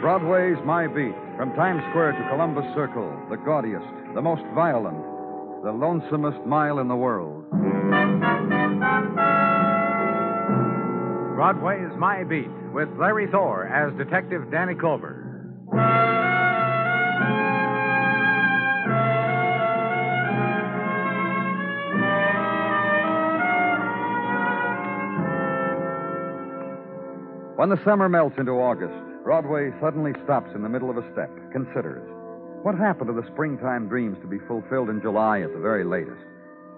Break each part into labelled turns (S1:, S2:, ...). S1: Broadway's My Beat, from Times Square to Columbus Circle, the gaudiest, the most violent, the lonesomest mile in the world.
S2: Broadway's My Beat with Larry Thor as Detective Danny Clover.
S1: When the summer melts into August, Broadway suddenly stops in the middle of a step, considers. What happened to the springtime dreams to be fulfilled in July at the very latest?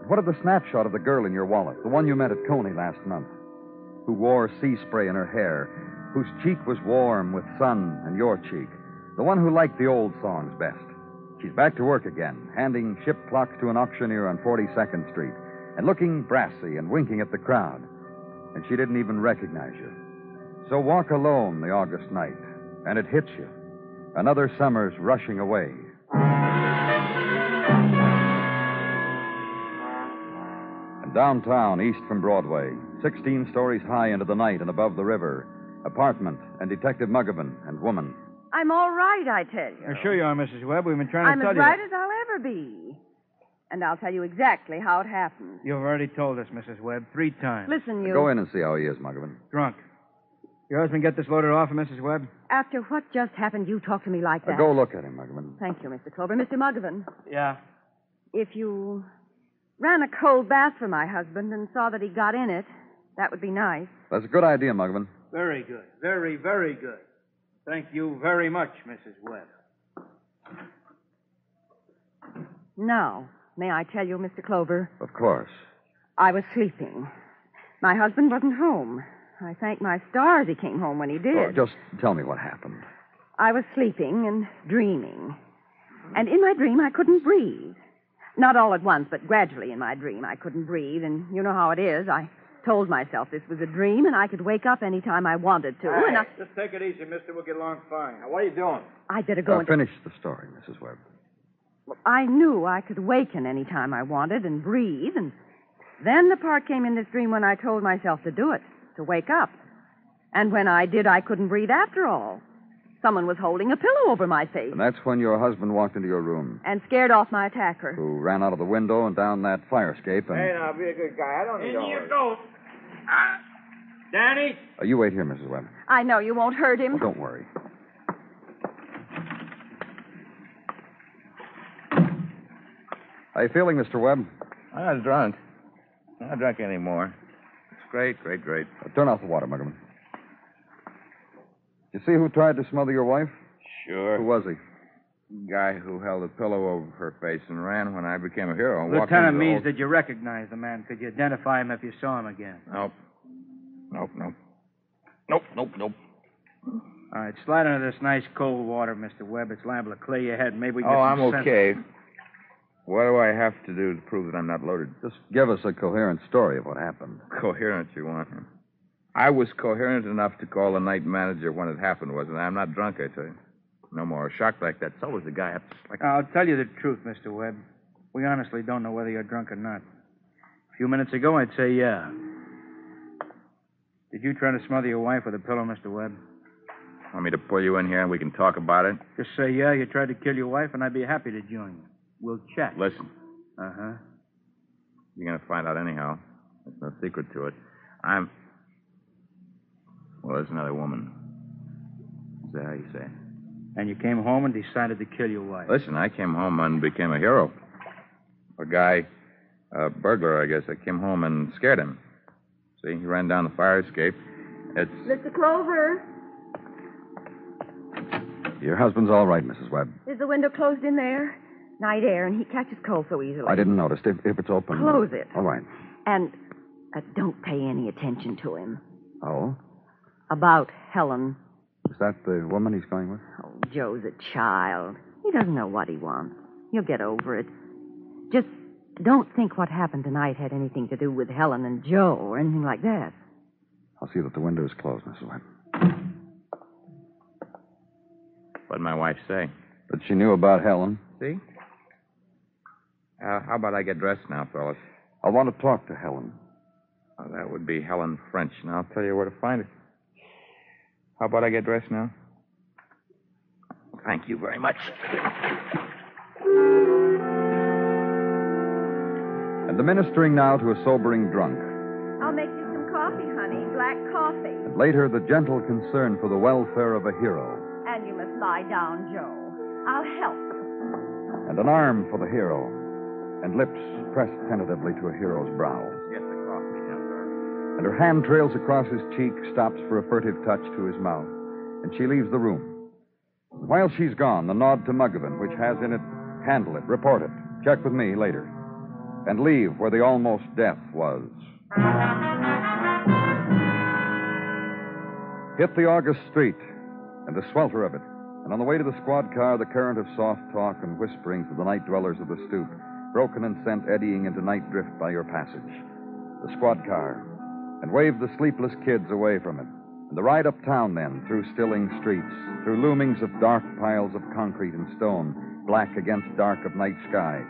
S1: And What of the snapshot of the girl in your wallet, the one you met at Coney last month, who wore sea spray in her hair, whose cheek was warm with sun and your cheek, the one who liked the old songs best? She's back to work again, handing ship clocks to an auctioneer on 42nd Street, and looking brassy and winking at the crowd. And she didn't even recognize you. So walk alone the August night, and it hits you. Another summer's rushing away. And downtown, east from Broadway, 16 stories high into the night and above the river, apartment and Detective Muggerman and woman.
S3: I'm all right, I tell you.
S4: Sure you are, Mrs. Webb. We've been trying
S3: I'm
S4: to tell
S3: as
S4: you.
S3: right as I'll ever be. And I'll tell you exactly how it happened.
S4: You've already told us, Mrs. Webb, three times.
S3: Listen, you.
S1: Go in and see how he is, Muggerman.
S4: Drunk. Your husband get this loaded off, Mrs. Webb?
S3: After what just happened, you talk to me like
S1: Uh,
S3: that.
S1: go look at him, Muggerman.
S3: Thank you, Mr. Clover. Mr. Muggerman,
S4: Yeah.
S3: if you ran a cold bath for my husband and saw that he got in it, that would be nice.
S1: That's a good idea, Muggerman.
S4: Very good. Very, very good. Thank you very much, Mrs. Webb.
S3: Now, may I tell you, Mr. Clover,
S1: Of course.
S3: I was sleeping. My husband wasn't home. I thank my stars he came home when he did.
S1: Oh, just tell me what happened.
S3: I was sleeping and dreaming. And in my dream, I couldn't breathe. Not all at once, but gradually in my dream, I couldn't breathe. And you know how it is. I told myself this was a dream and I could wake up any time I wanted to. And I,
S4: Just take it easy, mister. We'll get along fine. Now, what are you doing?
S3: I'd better go
S1: Uh,
S3: and.
S1: finish the story, Mrs. Webb.
S3: I knew I could waken any time I wanted and breathe. And then the part came in this dream when I told myself to do it, to wake up. And when I did, I couldn't breathe after all. Someone was holding a pillow over my face
S1: And that's when your husband walked into your room.
S3: and scared off my attacker.
S1: who ran out of the window and down that fire escape. And
S5: Hey, now, be a good guy. I don't need all this.
S4: go. Ah. Danny?
S1: Uh, you wait here, Mrs. Webb.
S3: I know you won't hurt him.
S1: Well, don't worry. How you feeling, Mr. Webb?
S5: I'm not drunk. I'm not drunk anymore. It's great, great, great.
S1: Uh, turn off the water, Muggerman. You see who tried to smother your wife?
S5: Sure.
S1: Who was he?
S5: guy who held a pillow over her face and ran when I became a hero. and walked
S4: Lieutenant
S5: into the
S4: Mees, did you recognize the man? Could you identify him if you saw him again?
S5: whole- Nope. Nope, nope. Nope, nope, nope.
S4: All right, slide into this nice cold water, Mr. Webb. It's liable to clear your head. Maybe we
S5: Oh,
S4: can get
S5: I'm
S4: some sense-
S5: okay. What do I have to do to prove that I'm not loaded?
S1: Just give us a coherent story of what happened.
S5: Coherent, you want. huh? I was coherent enough to call the night manager when it happened, wasn't I? I'm not drunk, I tell you. No more. A shock like that. So was the guy up like
S4: I'll tell you the truth, Mr. Webb. We honestly don't know whether you're drunk or not. A few minutes ago, I'd say yeah. Did you try to smother your wife with a pillow, Mr. Webb?
S5: Want me to pull you in here and we can talk about it?
S4: Just say yeah, you tried to kill your wife, and I'd be happy to join you. We'll check.
S5: Listen,
S4: Uh huh.
S5: you're going to find out anyhow. There's no secret to it. I'm. Well, there's another woman. Is that how you say? it?
S4: And you came home and decided to kill your wife.
S5: Listen, I came home and became a hero. A guy, a burglar, I guess. I came home and scared him. See, he ran down the fire escape. It's.
S6: Mr. Clover,
S1: Your husband's all right, Mrs. Webb.
S6: is the window closed in there? Night air, and he catches cold so easily.
S1: I didn't notice. If, if it's open.
S6: Close it.
S1: All right.
S6: And uh, don't pay any attention to him.
S1: Oh?
S6: About Helen.
S1: Is that the woman he's going with?
S6: Oh, Joe's a child. He doesn't know what he wants. He'll get over it. Just don't think what happened tonight had anything to do with Helen and Joe or anything like that.
S1: I'll see that the window is closed, Mrs. Webb.
S5: What'd my wife say?
S1: But she knew about Helen.
S5: See? Uh, how about I get dressed now, fellas?
S1: I want to talk to Helen.
S5: Oh, that would be Helen French. Now I'll tell you where to find her. How about I get dressed now? Thank you very much.
S1: And administering now to a sobering drunk.
S6: I'll make you some coffee, honey. Black coffee.
S1: And later, the gentle concern for the welfare of a hero.
S6: And you must lie down, Joe. I'll help.
S1: And an arm for the hero. And lips pressed tentatively to a hero's brow.
S5: Get the coffee now, sir.
S1: And her hand trails across his cheek, stops for a furtive touch to his mouth, and she leaves the room. While she's gone, the nod to Mugovan, which has in it, handle it, report it, check with me later, and leave where the almost death was. Hit the August street and the swelter of it, and on the way to the squad car, the current of soft talk and whisperings of the night dwellers of the stoop, broken and sent eddying into night drift by your passage. The squad car, and waved the sleepless kids away from it. And the ride uptown then, through stilling streets, through loomings of dark piles of concrete and stone, black against dark of night sky.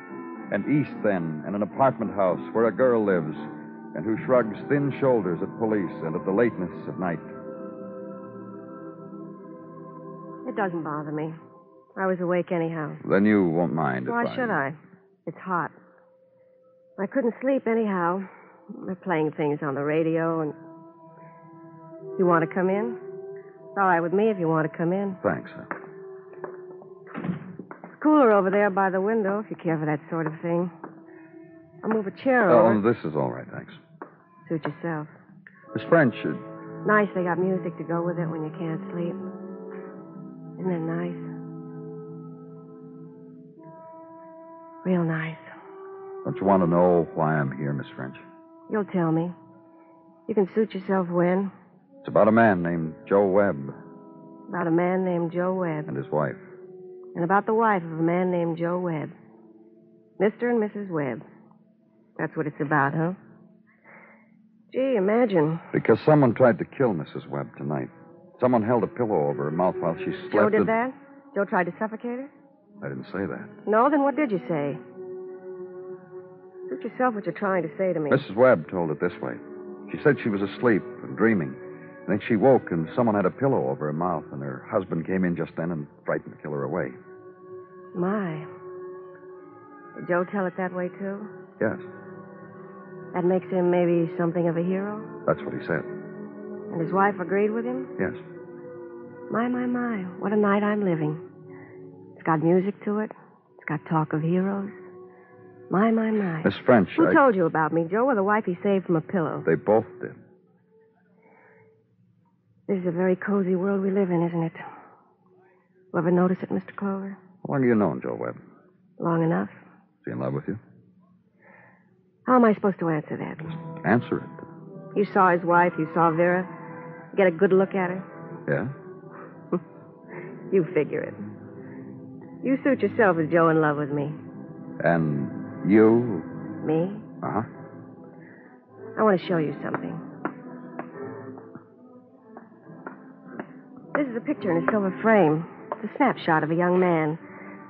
S1: And east then, in an apartment house where a girl lives, and who shrugs thin shoulders at police and at the lateness of night.
S6: It doesn't bother me. I was awake anyhow.
S1: Then you won't mind.
S6: Why should I? It's hot. I couldn't sleep anyhow. They're playing things on the radio and. You want to come in? It's all right with me if you want to come in.
S1: Thanks.
S6: It's cooler over there by the window if you care for that sort of thing. I'll move a chair
S1: Oh,
S6: over.
S1: this is all right, thanks.
S6: Suit yourself.
S1: Miss French, uh,
S6: Nice they got music to go with it when you can't sleep. Isn't it nice? Real nice.
S1: don't you want to know why I'm here, Miss French?
S6: You'll tell me. You can suit yourself when?
S1: It's about a man named Joe Webb
S6: About a man named Joe Webb.
S1: and his wife.
S6: And about the wife of a man named Joe Webb. Mr. and Mrs. Webb. That's what it's about, huh? Gee, imagine.
S1: Because someone tried to kill Mrs. Webb tonight. Someone held a pillow over her mouth while she slept.
S6: Joe did
S1: and-
S6: that? Joe tried to suffocate her?
S1: I didn't say that.
S6: No, then what did you say? Suit yourself what you're trying to say to me.
S1: Mrs. Webb told it this way. She said she was asleep and dreaming. And then she woke and someone had a pillow over her mouth, and her husband came in just then and frightened the killer away.
S6: My. Did Joe tell it that way, too?
S1: Yes,
S6: That makes him maybe something of a hero?
S1: that's what he said.
S6: And his wife agreed with him?
S1: Yes.
S6: My, my, my. What a night I'm living. It's got music to it. It's got talk of heroes. My, my, my.
S1: Miss French,
S6: Who
S1: I-
S6: told you about me, Joe, or the wife he saved from a pillow?
S1: they both did.
S6: This is a very cozy world we live in, isn't it? You ever notice it, Mr. Clover?
S1: How long have you known Joe Webb? Is
S6: Long enough?
S1: he in love with you?
S6: How am I supposed to answer that?
S1: Answer it.
S6: You saw his wife, you saw Vera. Get a good look at her.
S1: Yeah?
S6: You figure it. You suit yourself as Joe in love with me.
S1: And you?
S6: Me?
S1: Uh huh.
S6: I want to show you something. This is a picture in a silver frame. It's a snapshot of a young man.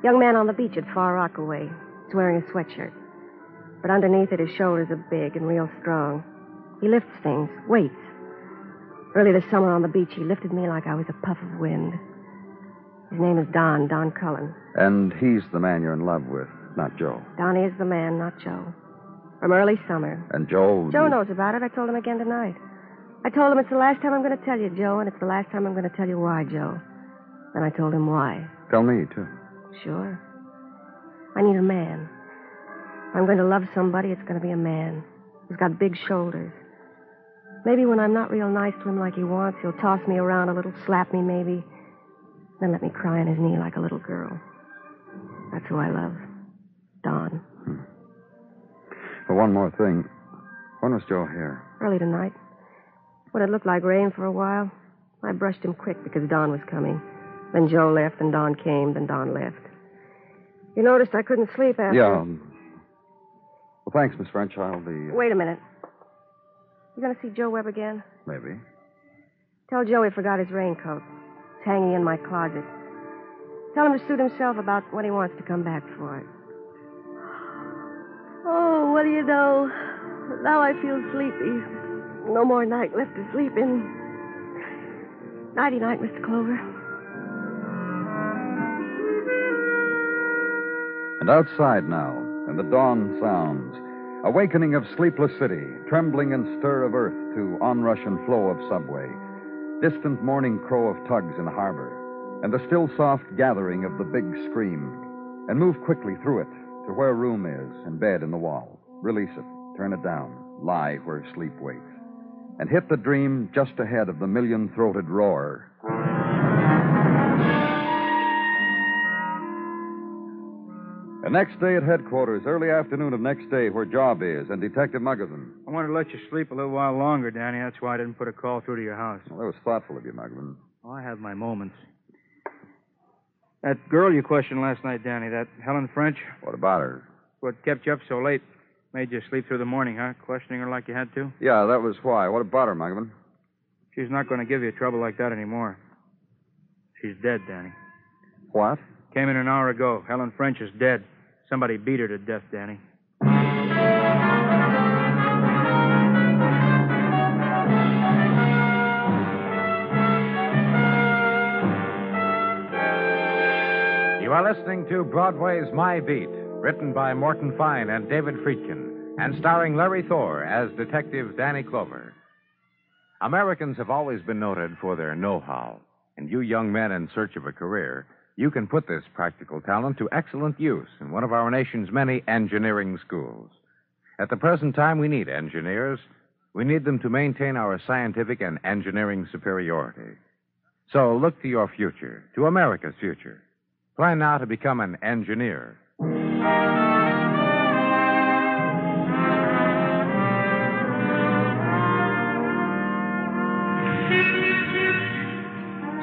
S6: Young man on the beach at Far Rockaway. He's wearing a sweatshirt. But underneath it, his shoulders are big and real strong. He lifts things, weights. Early this summer on the beach, he lifted me like I was a puff of wind. His name is Don, Don Cullen.
S1: And he's the man you're in love with. not Joe.
S6: Donnie is the man, not Joe. From early summer.
S1: And Joe.
S6: Joe knows about it. I told him again tonight. I told him it's the last time I'm going to tell you, Joe, and it's the last time I'm going to tell you why, Joe. And I told him why.
S1: Tell me, too.
S6: Sure. I need a man. If I'm going to love somebody, it's going to be a man who's got big shoulders. Maybe when I'm not real nice to him like he wants, he'll toss me around a little, slap me maybe, then let me cry on his knee like a little girl. That's who I love. Don.
S1: Well, one more thing. When was Joe here?
S6: Early tonight. When it looked like rain for a while, I brushed him quick because Don was coming. Then Joe left, then Don came, then Don left. You noticed I couldn't sleep after.
S1: Yeah. um, Well, thanks, Miss French. I'll be.
S6: Wait a minute. You going to see Joe Webb again?
S1: uh, Maybe.
S6: Tell Joe he forgot his raincoat. It's hanging in my closet. Tell him to suit himself about when he wants to come back for it. Oh, what do you know? Now I feel sleepy. No more night left to sleep in. Nighty night, Mr. Clover.
S1: And outside now, and the dawn sounds, awakening of sleepless city, trembling and stir of earth to onrush and flow of subway, distant morning crow of tugs in harbor, and the still soft gathering of the big scream, and move quickly through it to where room is and bed in the wall. Release it, turn it down, lie where sleep waits, and hit the dream just ahead of the million throated roar The next day at headquarters, early afternoon of next day, where Job is and Detective Muggerson.
S4: I wanted to let you sleep a little while longer, Danny. That's why I didn't put a call through to your house.
S1: Well, that was thoughtful of you, Muggerson.
S4: Well, I have my moments. That girl you questioned last night, Danny, that Helen French,
S1: What about her?
S4: what kept you up so late? Made you sleep through the morning, huh? Questioning her like you had to?
S1: Yeah, Uh, that was why. What about her, Muggerson?
S4: She's not going to give you trouble like that anymore. She's dead, Danny.
S1: What?
S4: Came in an hour ago. Helen French is dead. Somebody beat her to death, Danny.
S2: You are listening to Broadway's My Beat, written by Morton Fine and David Friedkin, and starring Larry Thor as Detective Danny Clover. Americans have always been noted for their know how, and you young men in search of a career, you can put this practical talent to excellent use in one of our nation's many engineering schools. At the present time, we need engineers. We need them to maintain our scientific and engineering superiority. So look to your future, to America's future. Plan now to become an engineer.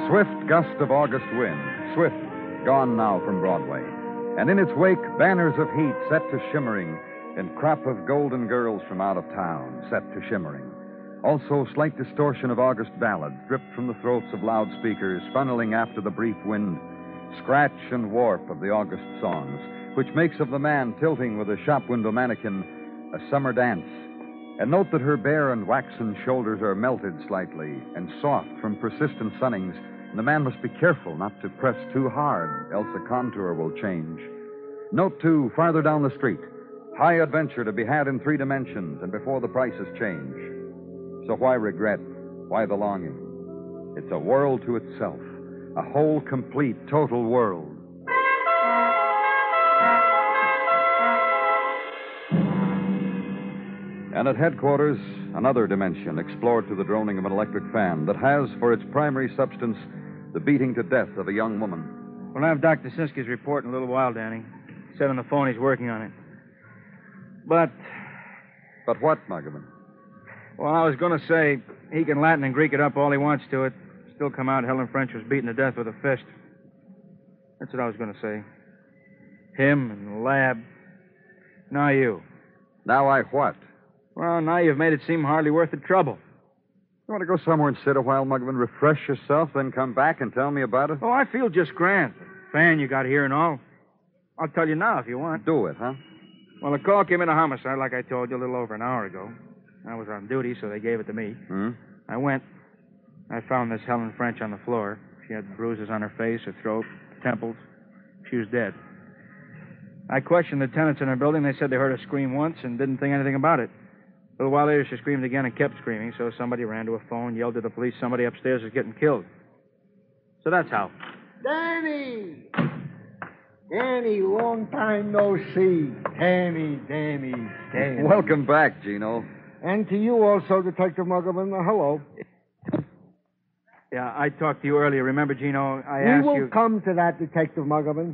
S1: Swift gust of August wind, swift, gone now from Broadway. And in its wake, banners of heat set to shimmering, and crop of golden girls from out of town set to shimmering. Also, slight distortion of August ballads dripped from the throats of loudspeakers, funneling after the brief wind. Scratch and warp of the August songs, which makes of the man tilting with a shop window mannequin a summer dance, and note that her bare and waxen shoulders are melted slightly and soft from persistent sunnings, and the man must be careful not to press too hard, else the contour will change. Note, too, farther down the street, high adventure to be had in three dimensions and before the prices change. So why regret? Why the longing? It's a world to itself, a whole, complete, total world. And at headquarters, another dimension explored through the droning of an electric fan that has for its primary substance the beating to death of a young woman.
S4: We'll have Dr. Siski's report in a little while, Danny. Said on the phone he's working on it. But,
S1: But what, Muggerman?
S4: well, I was going to say he can Latin and Greek it up all he wants to it. Still come out Helen French was beaten to death with a fist. That's what I was going to say. Him and the lab. Now you.
S1: Now I what?
S4: Well, Oh, now you've made it seem hardly worth the trouble.
S1: You want to go somewhere and sit a while, Muggerman, refresh yourself, then come back and tell me about it?
S4: Oh, I feel just grand. Fan you got here and all. I'll tell you now if you want.
S1: Do it, huh?
S4: Well, the call came in a homicide, like I told you, a little over an hour ago. I was on duty, so they gave it to me.
S1: Hmm?
S4: I went. I found this Helen French on the floor. She had bruises on her face, her throat, temples. She was dead. I questioned the tenants in our building. They said they heard her scream once and didn't think anything about it. A little while later, she screamed again and kept screaming, so somebody ran to a phone, yelled to the police, somebody upstairs is getting killed. So that's how.
S7: Danny! Danny, long time no see. Danny, Danny, Danny.
S1: Welcome back, Gino.
S7: And to you also, Detective Muggerman. Uh, Hello.
S4: Yeah, I talked to you earlier. Remember, Gino? I
S7: we
S4: asked
S7: will
S4: you.
S7: come to that, Detective Muggerman.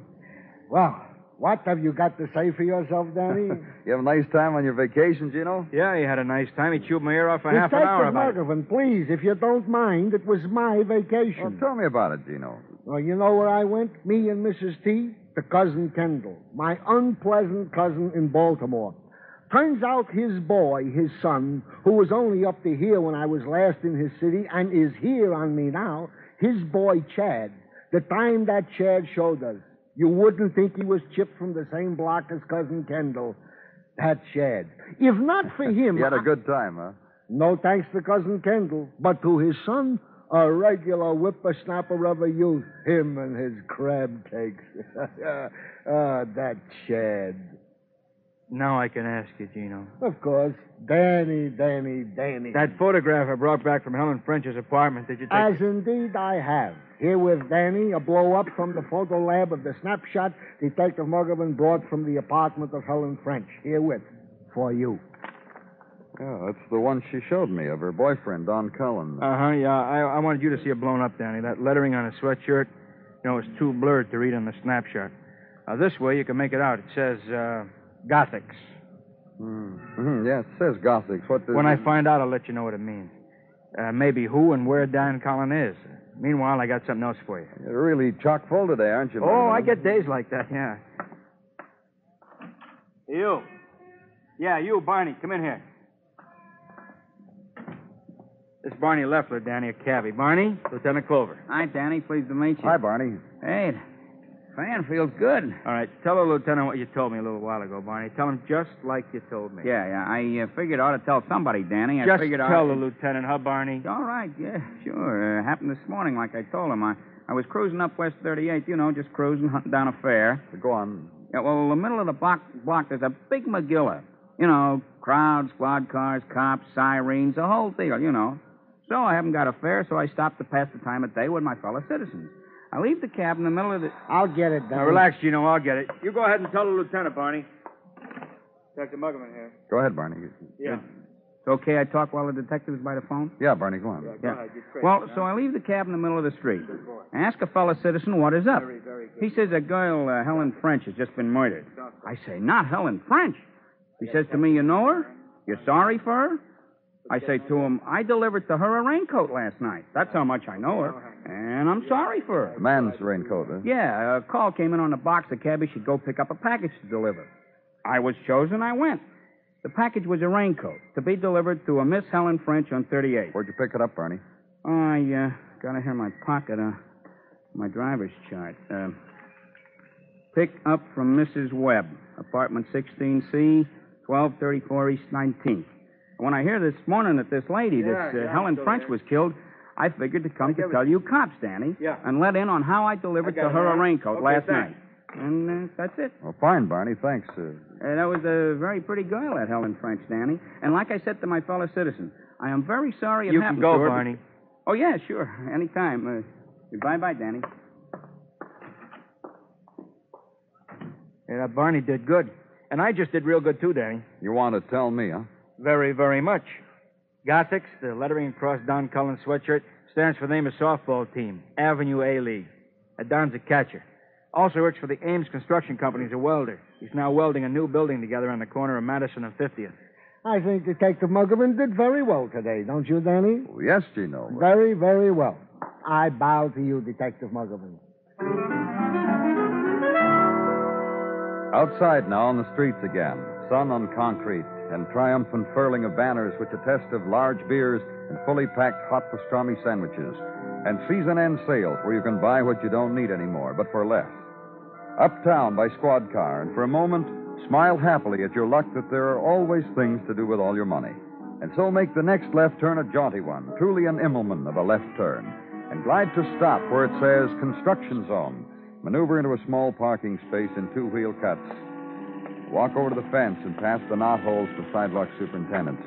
S7: Well, what have you got to say for yourself, Danny?
S1: You have a nice time on your vacation, Gino?
S4: Yeah, he had a nice time. He chewed my ear off for half an
S7: Detective
S4: hour about it.
S7: Muggerman, please, if you don't mind, it was my
S1: Well,
S7: vacation.
S1: tell me about it, Gino.
S7: Well, you know where I went? Me and Mrs. T to Cousin Kendall, my unpleasant cousin in Baltimore. Turns out his boy, his son, who was only up to here when I was last in his city and is here on me now, his boy Chad, the time that Chad showed us, you wouldn't think he was chipped from the same block as Cousin Kendall. That Chad. If not for him.
S1: You had
S7: I-
S1: a good time, huh?
S7: no thanks to Cousin Kendall, but to his son, a regular whippersnapper of a youth, him and his crab cakes. Ah, that Chad.
S4: Now I can ask you, Gino.
S7: Of course, Danny, Danny, Danny.
S4: That photograph I brought back from Helen French's apartment, did you take
S7: As indeed I have. Here with Danny, a blow up from the photo lab of the snapshot Detective Muggerman brought from the apartment of Helen French. Herewith, for you.
S1: Yeah, that's the one she showed me of her boyfriend, Don Cullen.
S4: Uh huh. Yeah, I, I wanted you to see it blown up, Danny. That lettering on his sweatshirt, you know, is too blurred to read on the snapshot. Uh, this way, you can make it out. It says uh, Gothics.
S1: Mhm, yeah, it says Gothics. What does
S4: Hmm. When I
S1: it-
S4: find out, I'll let you know what it means. Uh, maybe who and where Dan Collin is. Meanwhile, I got something else for you.
S1: You're really chock full today, aren't you?
S4: Oh, I
S1: Muggerman?
S4: get days like that. Yeah. You. Yeah, you, Barney. Come in here. This is Barney Leffler, Danny, a cabbie. Barney, Lieutenant Clover.
S8: Hi, Danny. Pleased to meet you.
S1: Hi, Barney.
S8: Hey, fan feels good.
S4: All right, tell the lieutenant what you told me a little while ago, Barney. Tell him just like you told me.
S8: Yeah, yeah. I uh, figured I ought to tell somebody, Danny. I
S4: just
S8: figured I.
S4: tell the lieutenant, huh, Barney?
S8: All right, yeah, sure. Uh, happened this morning, like I told him. I, I was cruising up West 38, you know, just cruising, hunting down a fare.
S1: Go on.
S8: Yeah, well, in the middle of the block, block there's a big McGilla. You know, crowd, squad cars, cops, sirens, the whole deal, you know. So I haven't got a fare, so I stopped to pass the time of day with my fellow citizens. I leave the cab in the middle of the.
S7: I'll get it, Danny.
S4: Now relax, Gino. I'll get it. You go ahead and tell the lieutenant, Barney. Dr. Muggerman here.
S1: Go ahead, Barney.
S4: Yeah.
S8: It's okay, I talk while the detective's by the phone?
S1: Yeah, Barney, go on.
S4: Go ahead. You're crazy,
S8: Well,
S4: huh?
S8: so I leave the cab in the middle of the street. I ask a fellow citizen what is up. He says a girl, uh, Helen French, has just been murdered. I say, not Helen French. He says to me, you know her? You're sorry for her? I say to him, I delivered to her a raincoat last night. That's how much I know her. And I'm sorry for her.
S1: The man's raincoat, huh?
S8: Yeah, a call came in on the box. The cabbie should go pick up a package to deliver. I was chosen. I went. The package was a raincoat to be delivered to a Miss Helen French on 38.
S1: Where'd you pick it up, Barney?
S8: I uh, got it here in my pocket, uh, my driver's chart. Uh, pick up from Mrs. Webb, apartment 16C, 1234 East 19th. When I hear this morning that this lady, this uh, Helen French, was killed, I figured to come to tell you cops, Danny,
S4: Yeah.
S8: and let in on how I delivered
S4: I
S8: to
S4: got it,
S8: her a
S4: huh?
S8: raincoat
S4: Okay,
S8: last
S4: thanks.
S8: night. And uh, that's it.
S1: Well, fine, Barney. Thanks. Uh,
S8: Uh, that was a very pretty girl, that Helen French, Danny. And like I said to my fellow citizen, I am very sorry it
S4: You can
S8: happened
S4: go,
S8: to her. but-
S4: Barney.
S8: Oh, yeah, sure. Anytime. Uh, bye bye, Danny.
S4: Yeah, that Barney did good. And I just did real good, too, Danny.
S1: you want to tell me, huh?
S4: Very, very much. Gothics, the lettering across Don Cullen's sweatshirt, stands for the name of softball team, Avenue A League. Uh, Don's a catcher. Also works for the Ames Construction Company as a welder. He's now welding a new building together on the corner of Madison and 50th.
S7: I think Detective Muggerman did very well today, don't you, Danny?
S1: Oh, yes, Gino.
S7: Very, very well. I bow to you, Detective Muggerman.
S1: Outside now on the streets again, sun on concrete, and triumphant furling of banners which attest of large beers and fully packed hot pastrami sandwiches, and season end sales where you can buy what you don't need anymore, but for less. Uptown by squad car, and for a moment, smile happily at your luck that there are always things to do with all your money. And so make the next left turn a jaunty one, truly an Immelman of a left turn, and glide to stop where it says Construction Zone. Maneuver into a small parking space in two wheel cuts Walk over to the fence and past the knot holes for sidewalk superintendents.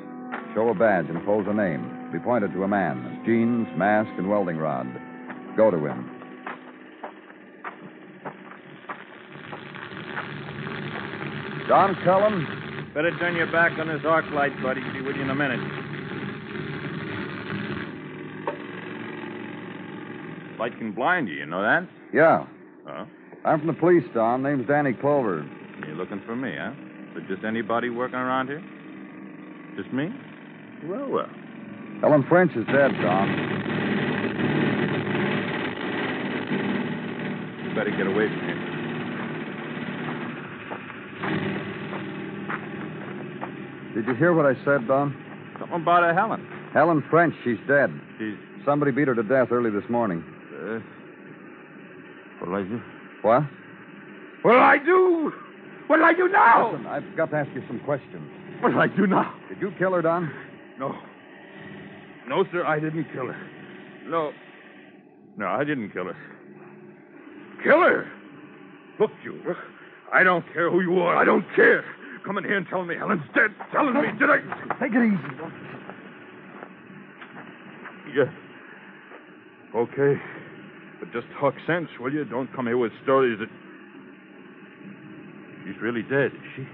S1: Show a badge and pose a name. Be pointed to a man. Jeans, mask, and welding rod. Go to him. Don Cullen,
S9: Better turn your back on this arc light, buddy. Be with you in a minute. Light can blind you, you know that?
S1: Yeah.
S9: Huh?
S1: I'm from the police, Don. Name's Danny Clover.
S9: You're looking for me, huh? So just anybody working around here? Just me? Well, well.
S1: Helen French is dead, Don.
S9: You better get away from here.
S1: Did you hear what I said, Don?
S9: Something about a Helen.
S1: Helen French, she's dead.
S9: She's.
S1: Somebody beat her to death early this morning.
S9: Uh, what'll I do?
S1: What?
S9: What'll I do? What'll I do
S1: Listen, I've got to ask you some questions.
S9: What'll I do now?
S1: Did you kill her, Don?
S9: No. No, sir, I didn't kill her. No. No, I didn't kill her. Kill her? Look, you. I don't care who you are. I don't care. Come in here and tell me Helen's dead. Telling me, did I?
S7: Take it easy.
S9: Yeah. Okay. But just talk sense, will you? Don't come here with stories that. She's really dead, is she?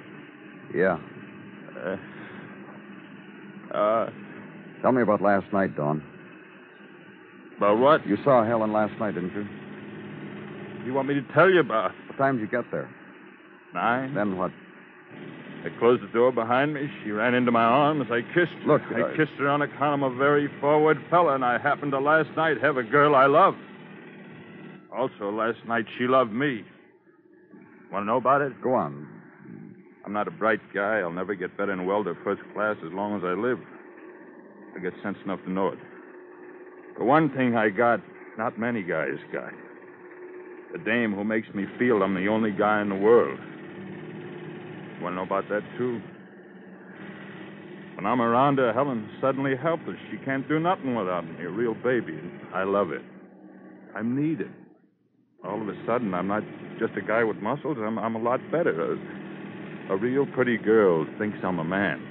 S1: Yeah.
S9: Uh. Uh.
S1: Tell me about last night, Don.
S9: About what?
S1: You saw Helen last night, didn't you?
S9: You want me to tell you about?
S1: What time did you get there?
S9: Nine?
S1: Then what?
S9: I closed the door behind me. She ran into my arms. I kissed her.
S1: Look, uh,
S9: I
S1: I-
S9: kissed her on account I'm a very forward fella, and I happened to last night have a girl I love. Also, last night she loved me. Want to know about it?
S1: Go on.
S9: I'm not a bright guy. I'll never get better in welder first class as long as I live. I got sense enough to know it. The one thing I got, not many guys got. The dame who makes me feel I'm the only guy in the world. Want to know about that, too? When I'm around her, Helen's suddenly helpless. She can't do nothing without me, a real baby. and I love it. I'm needed. All of a sudden, I'm not just a guy with muscles. I'm, I'm a lot better. A- a real pretty girl thinks I'm a man.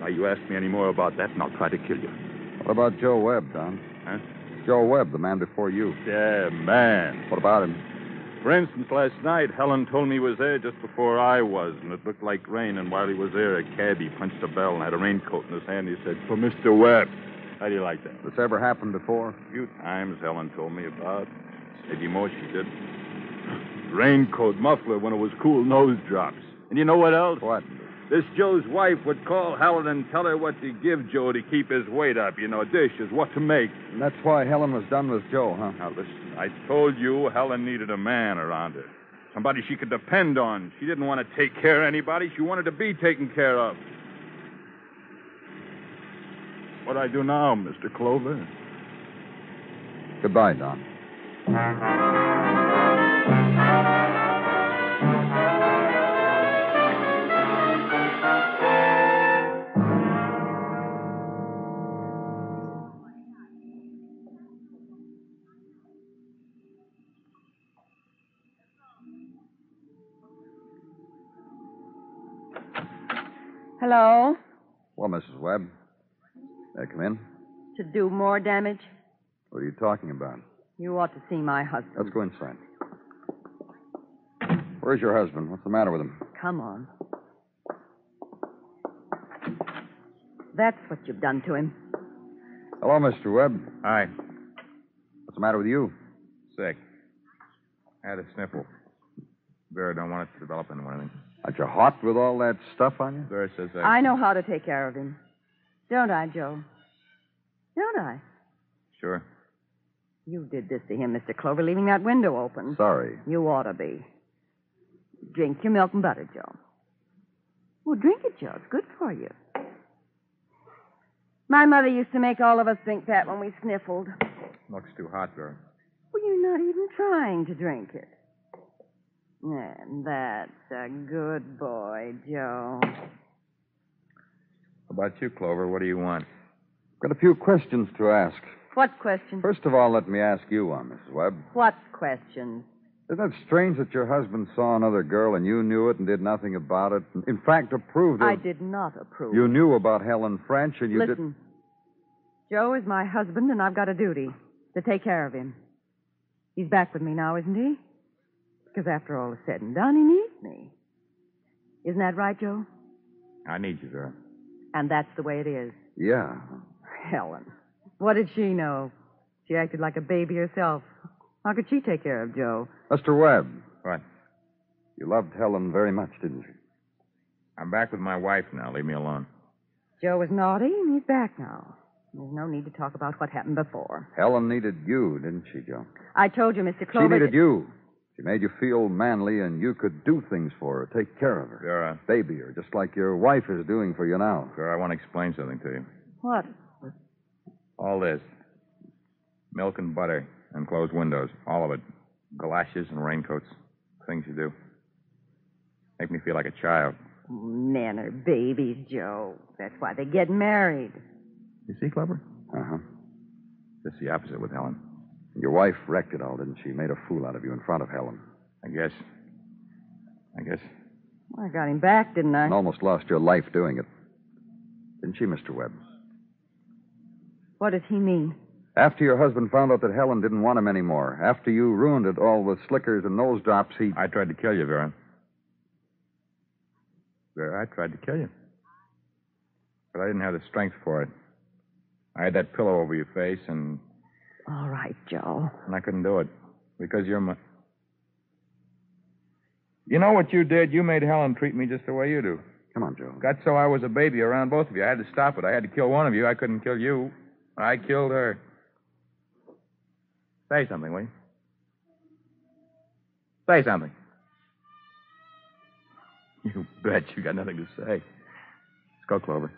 S9: Now, you ask me any more about that, and I'll try to kill you.
S1: What about Joe Webb, Don?
S9: Huh?
S1: Joe Webb, the man before you.
S9: Yeah, man.
S1: What about him?
S9: For instance, last night, Helen told me he was there just before I was, and it looked like rain, and while he was there, a cabbie punched a bell and had a raincoat in his hand. He said, For Mr. Webb. How do you like that?
S1: This ever happened before?
S9: A few times Helen told me about. Maybe more she did. Raincoat, muffler when it was cool, nose drops. And you know what else?
S1: What?
S9: This Joe's wife would call Helen and tell her what to give Joe to keep his weight up. You know, dishes, what to make.
S1: And that's why Helen was done with Joe, huh?
S9: Now, listen, I told you Helen needed a man around her. Somebody she could depend on. She didn't want to take care of anybody. She wanted to be taken care of. What do I do now, Mr. Clover?
S1: Goodbye, Don.
S3: Hello?
S1: Well, Mrs. Webb. May I come in?
S3: To do more damage?
S1: What are you talking about?
S3: You ought to see my husband.
S1: Let's go inside. Where's your husband? What's the matter with him?
S3: Come on. That's what you've done to him.
S1: Hello, Mr. Webb.
S5: Hi.
S1: What's the matter with you?
S5: Sick. Had a sniffle. Vera don't want it to develop into anything.
S1: Aren't you hot with all that stuff on you?
S5: Vera says uh, I...
S3: I know how to take care of him. Don't I, Joe? Don't I?
S5: Sure.
S3: You did this to him, Mr. Clover, leaving that window open.
S1: Sorry.
S3: You ought to be. Drink your milk and butter, Joe. Well, drink it, Joe. It's good for you. My mother used to make all of us drink that when we sniffled.
S5: Looks too hot, Vera.
S3: Well, you're not even trying to drink it. And that's a good boy, Joe.
S5: How about you, Clover? What do you want?
S1: Got a few questions to ask.
S3: What question?
S1: First of all, let me ask you one, Mrs. Webb.
S3: What question?
S1: Isn't it strange that your husband saw another girl and you knew it and did nothing about it? and In fact, approved
S3: I
S1: of.
S3: did not approve.
S1: You knew about Helen French and you
S3: Listen. Joe is my husband, and I've got a duty to take care of him. He's back with me now, isn't he? Because after all is said and done, he needs me. Isn't that right, Joe?
S5: I need you, girl.
S3: And that's the way it is.
S1: did. Yeah.
S3: Helen. What did she know? She acted like a baby herself. How could she take care of Joe?
S1: Mr. Webb.
S5: What?
S1: You loved Helen very much, didn't you?
S5: I'm back with my wife now. Leave me alone.
S3: Joe was naughty, and he's back now. There's no need to talk about what happened before.
S1: Helen needed you, didn't she, Joe?
S3: I told you, Mr. Clover.
S1: She needed you. She made you feel manly, and you could do things for her, take care of her.
S5: Vera.
S1: Baby her, just like your wife is doing for you now.
S5: Girl, I want to explain something to you.
S3: What?
S5: All this milk and butter and closed windows, all of it. Galoshes and raincoats, things you do. Make me feel like a child.
S3: Men are babies, Joe. That's why they get married.
S5: You see, Clever?
S1: Uh huh.
S5: Just the opposite with Helen.
S1: Your wife wrecked it all, didn't she? Made a fool out of you in front of Helen.
S5: I guess. I guess.
S3: Well, I got him back, didn't I?
S1: And almost lost your life doing it. Didn't she, Mr. Webb?
S3: What does he mean?
S1: After your husband found out that Helen didn't want him anymore, after you ruined it all with slickers and nose drops, he.
S5: I tried to kill you, Vera. Vera, I tried to kill you. But I didn't have the strength for it. I had that pillow over your face, and,
S3: All right, Joe.
S5: and I couldn't do it. Because you're my. You know what you did? You made Helen treat me just the way you do.
S1: Come on, Joe.
S5: Got so I was a baby around both of you. I had to stop it. I had to kill one of you. I couldn't kill you. I killed her. Say something, will you? Say something. You bet you got nothing to say. Let's go, Clover.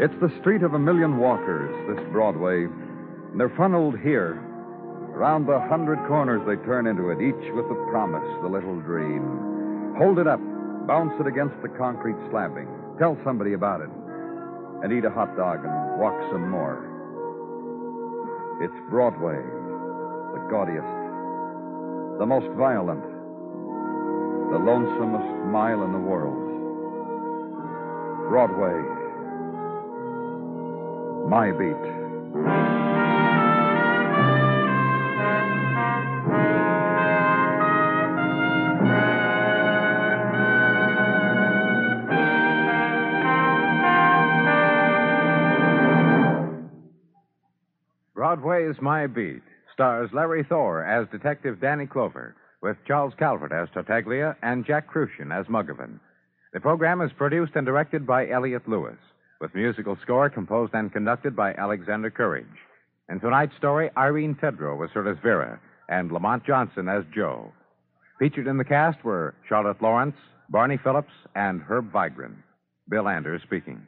S1: It's the street of a million walkers, this Broadway, and they're funneled here. Around the hundred corners they turn into it, each with the promise, the little dream. Hold it up, bounce it against the concrete slabbing, tell somebody about it, and eat a hot dog and walk some more. It's Broadway, the gaudiest, the most violent, the lonesomest mile in the world. Broadway. My Beat.
S2: Broadway's My Beat stars Larry Thor as Detective Danny Clover, with Charles Calvert as Tartaglia and Jack Crucian as Mugovan. The program is produced and directed by Elliot Lewis, with musical score composed and conducted by Alexander Courage. In tonight's story, Irene Tedrow was heard as Vera and Lamont Johnson as Joe. Featured in the cast were Charlotte Lawrence, Barney Phillips, and Herb Vigran. Bill Anders speaking.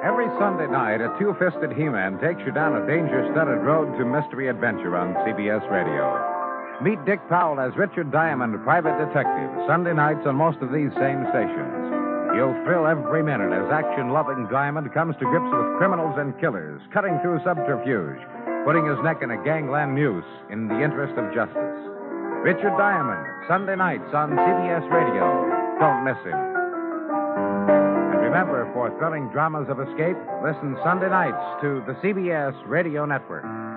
S2: Every Sunday night, a two-fisted He-Man takes you down a danger-studded road to mystery adventure on CBS Radio. Meet Dick Powell as Richard Diamond, private detective, Sunday nights on most of these same stations. You'll thrill every minute as action-loving Diamond comes to grips with criminals and killers, cutting through subterfuge, putting his neck in a gangland noose in the interest of justice. Richard Diamond, Sunday nights on CBS Radio. Don't miss him. And remember, for thrilling dramas of escape, listen Sunday nights to the CBS Radio Network.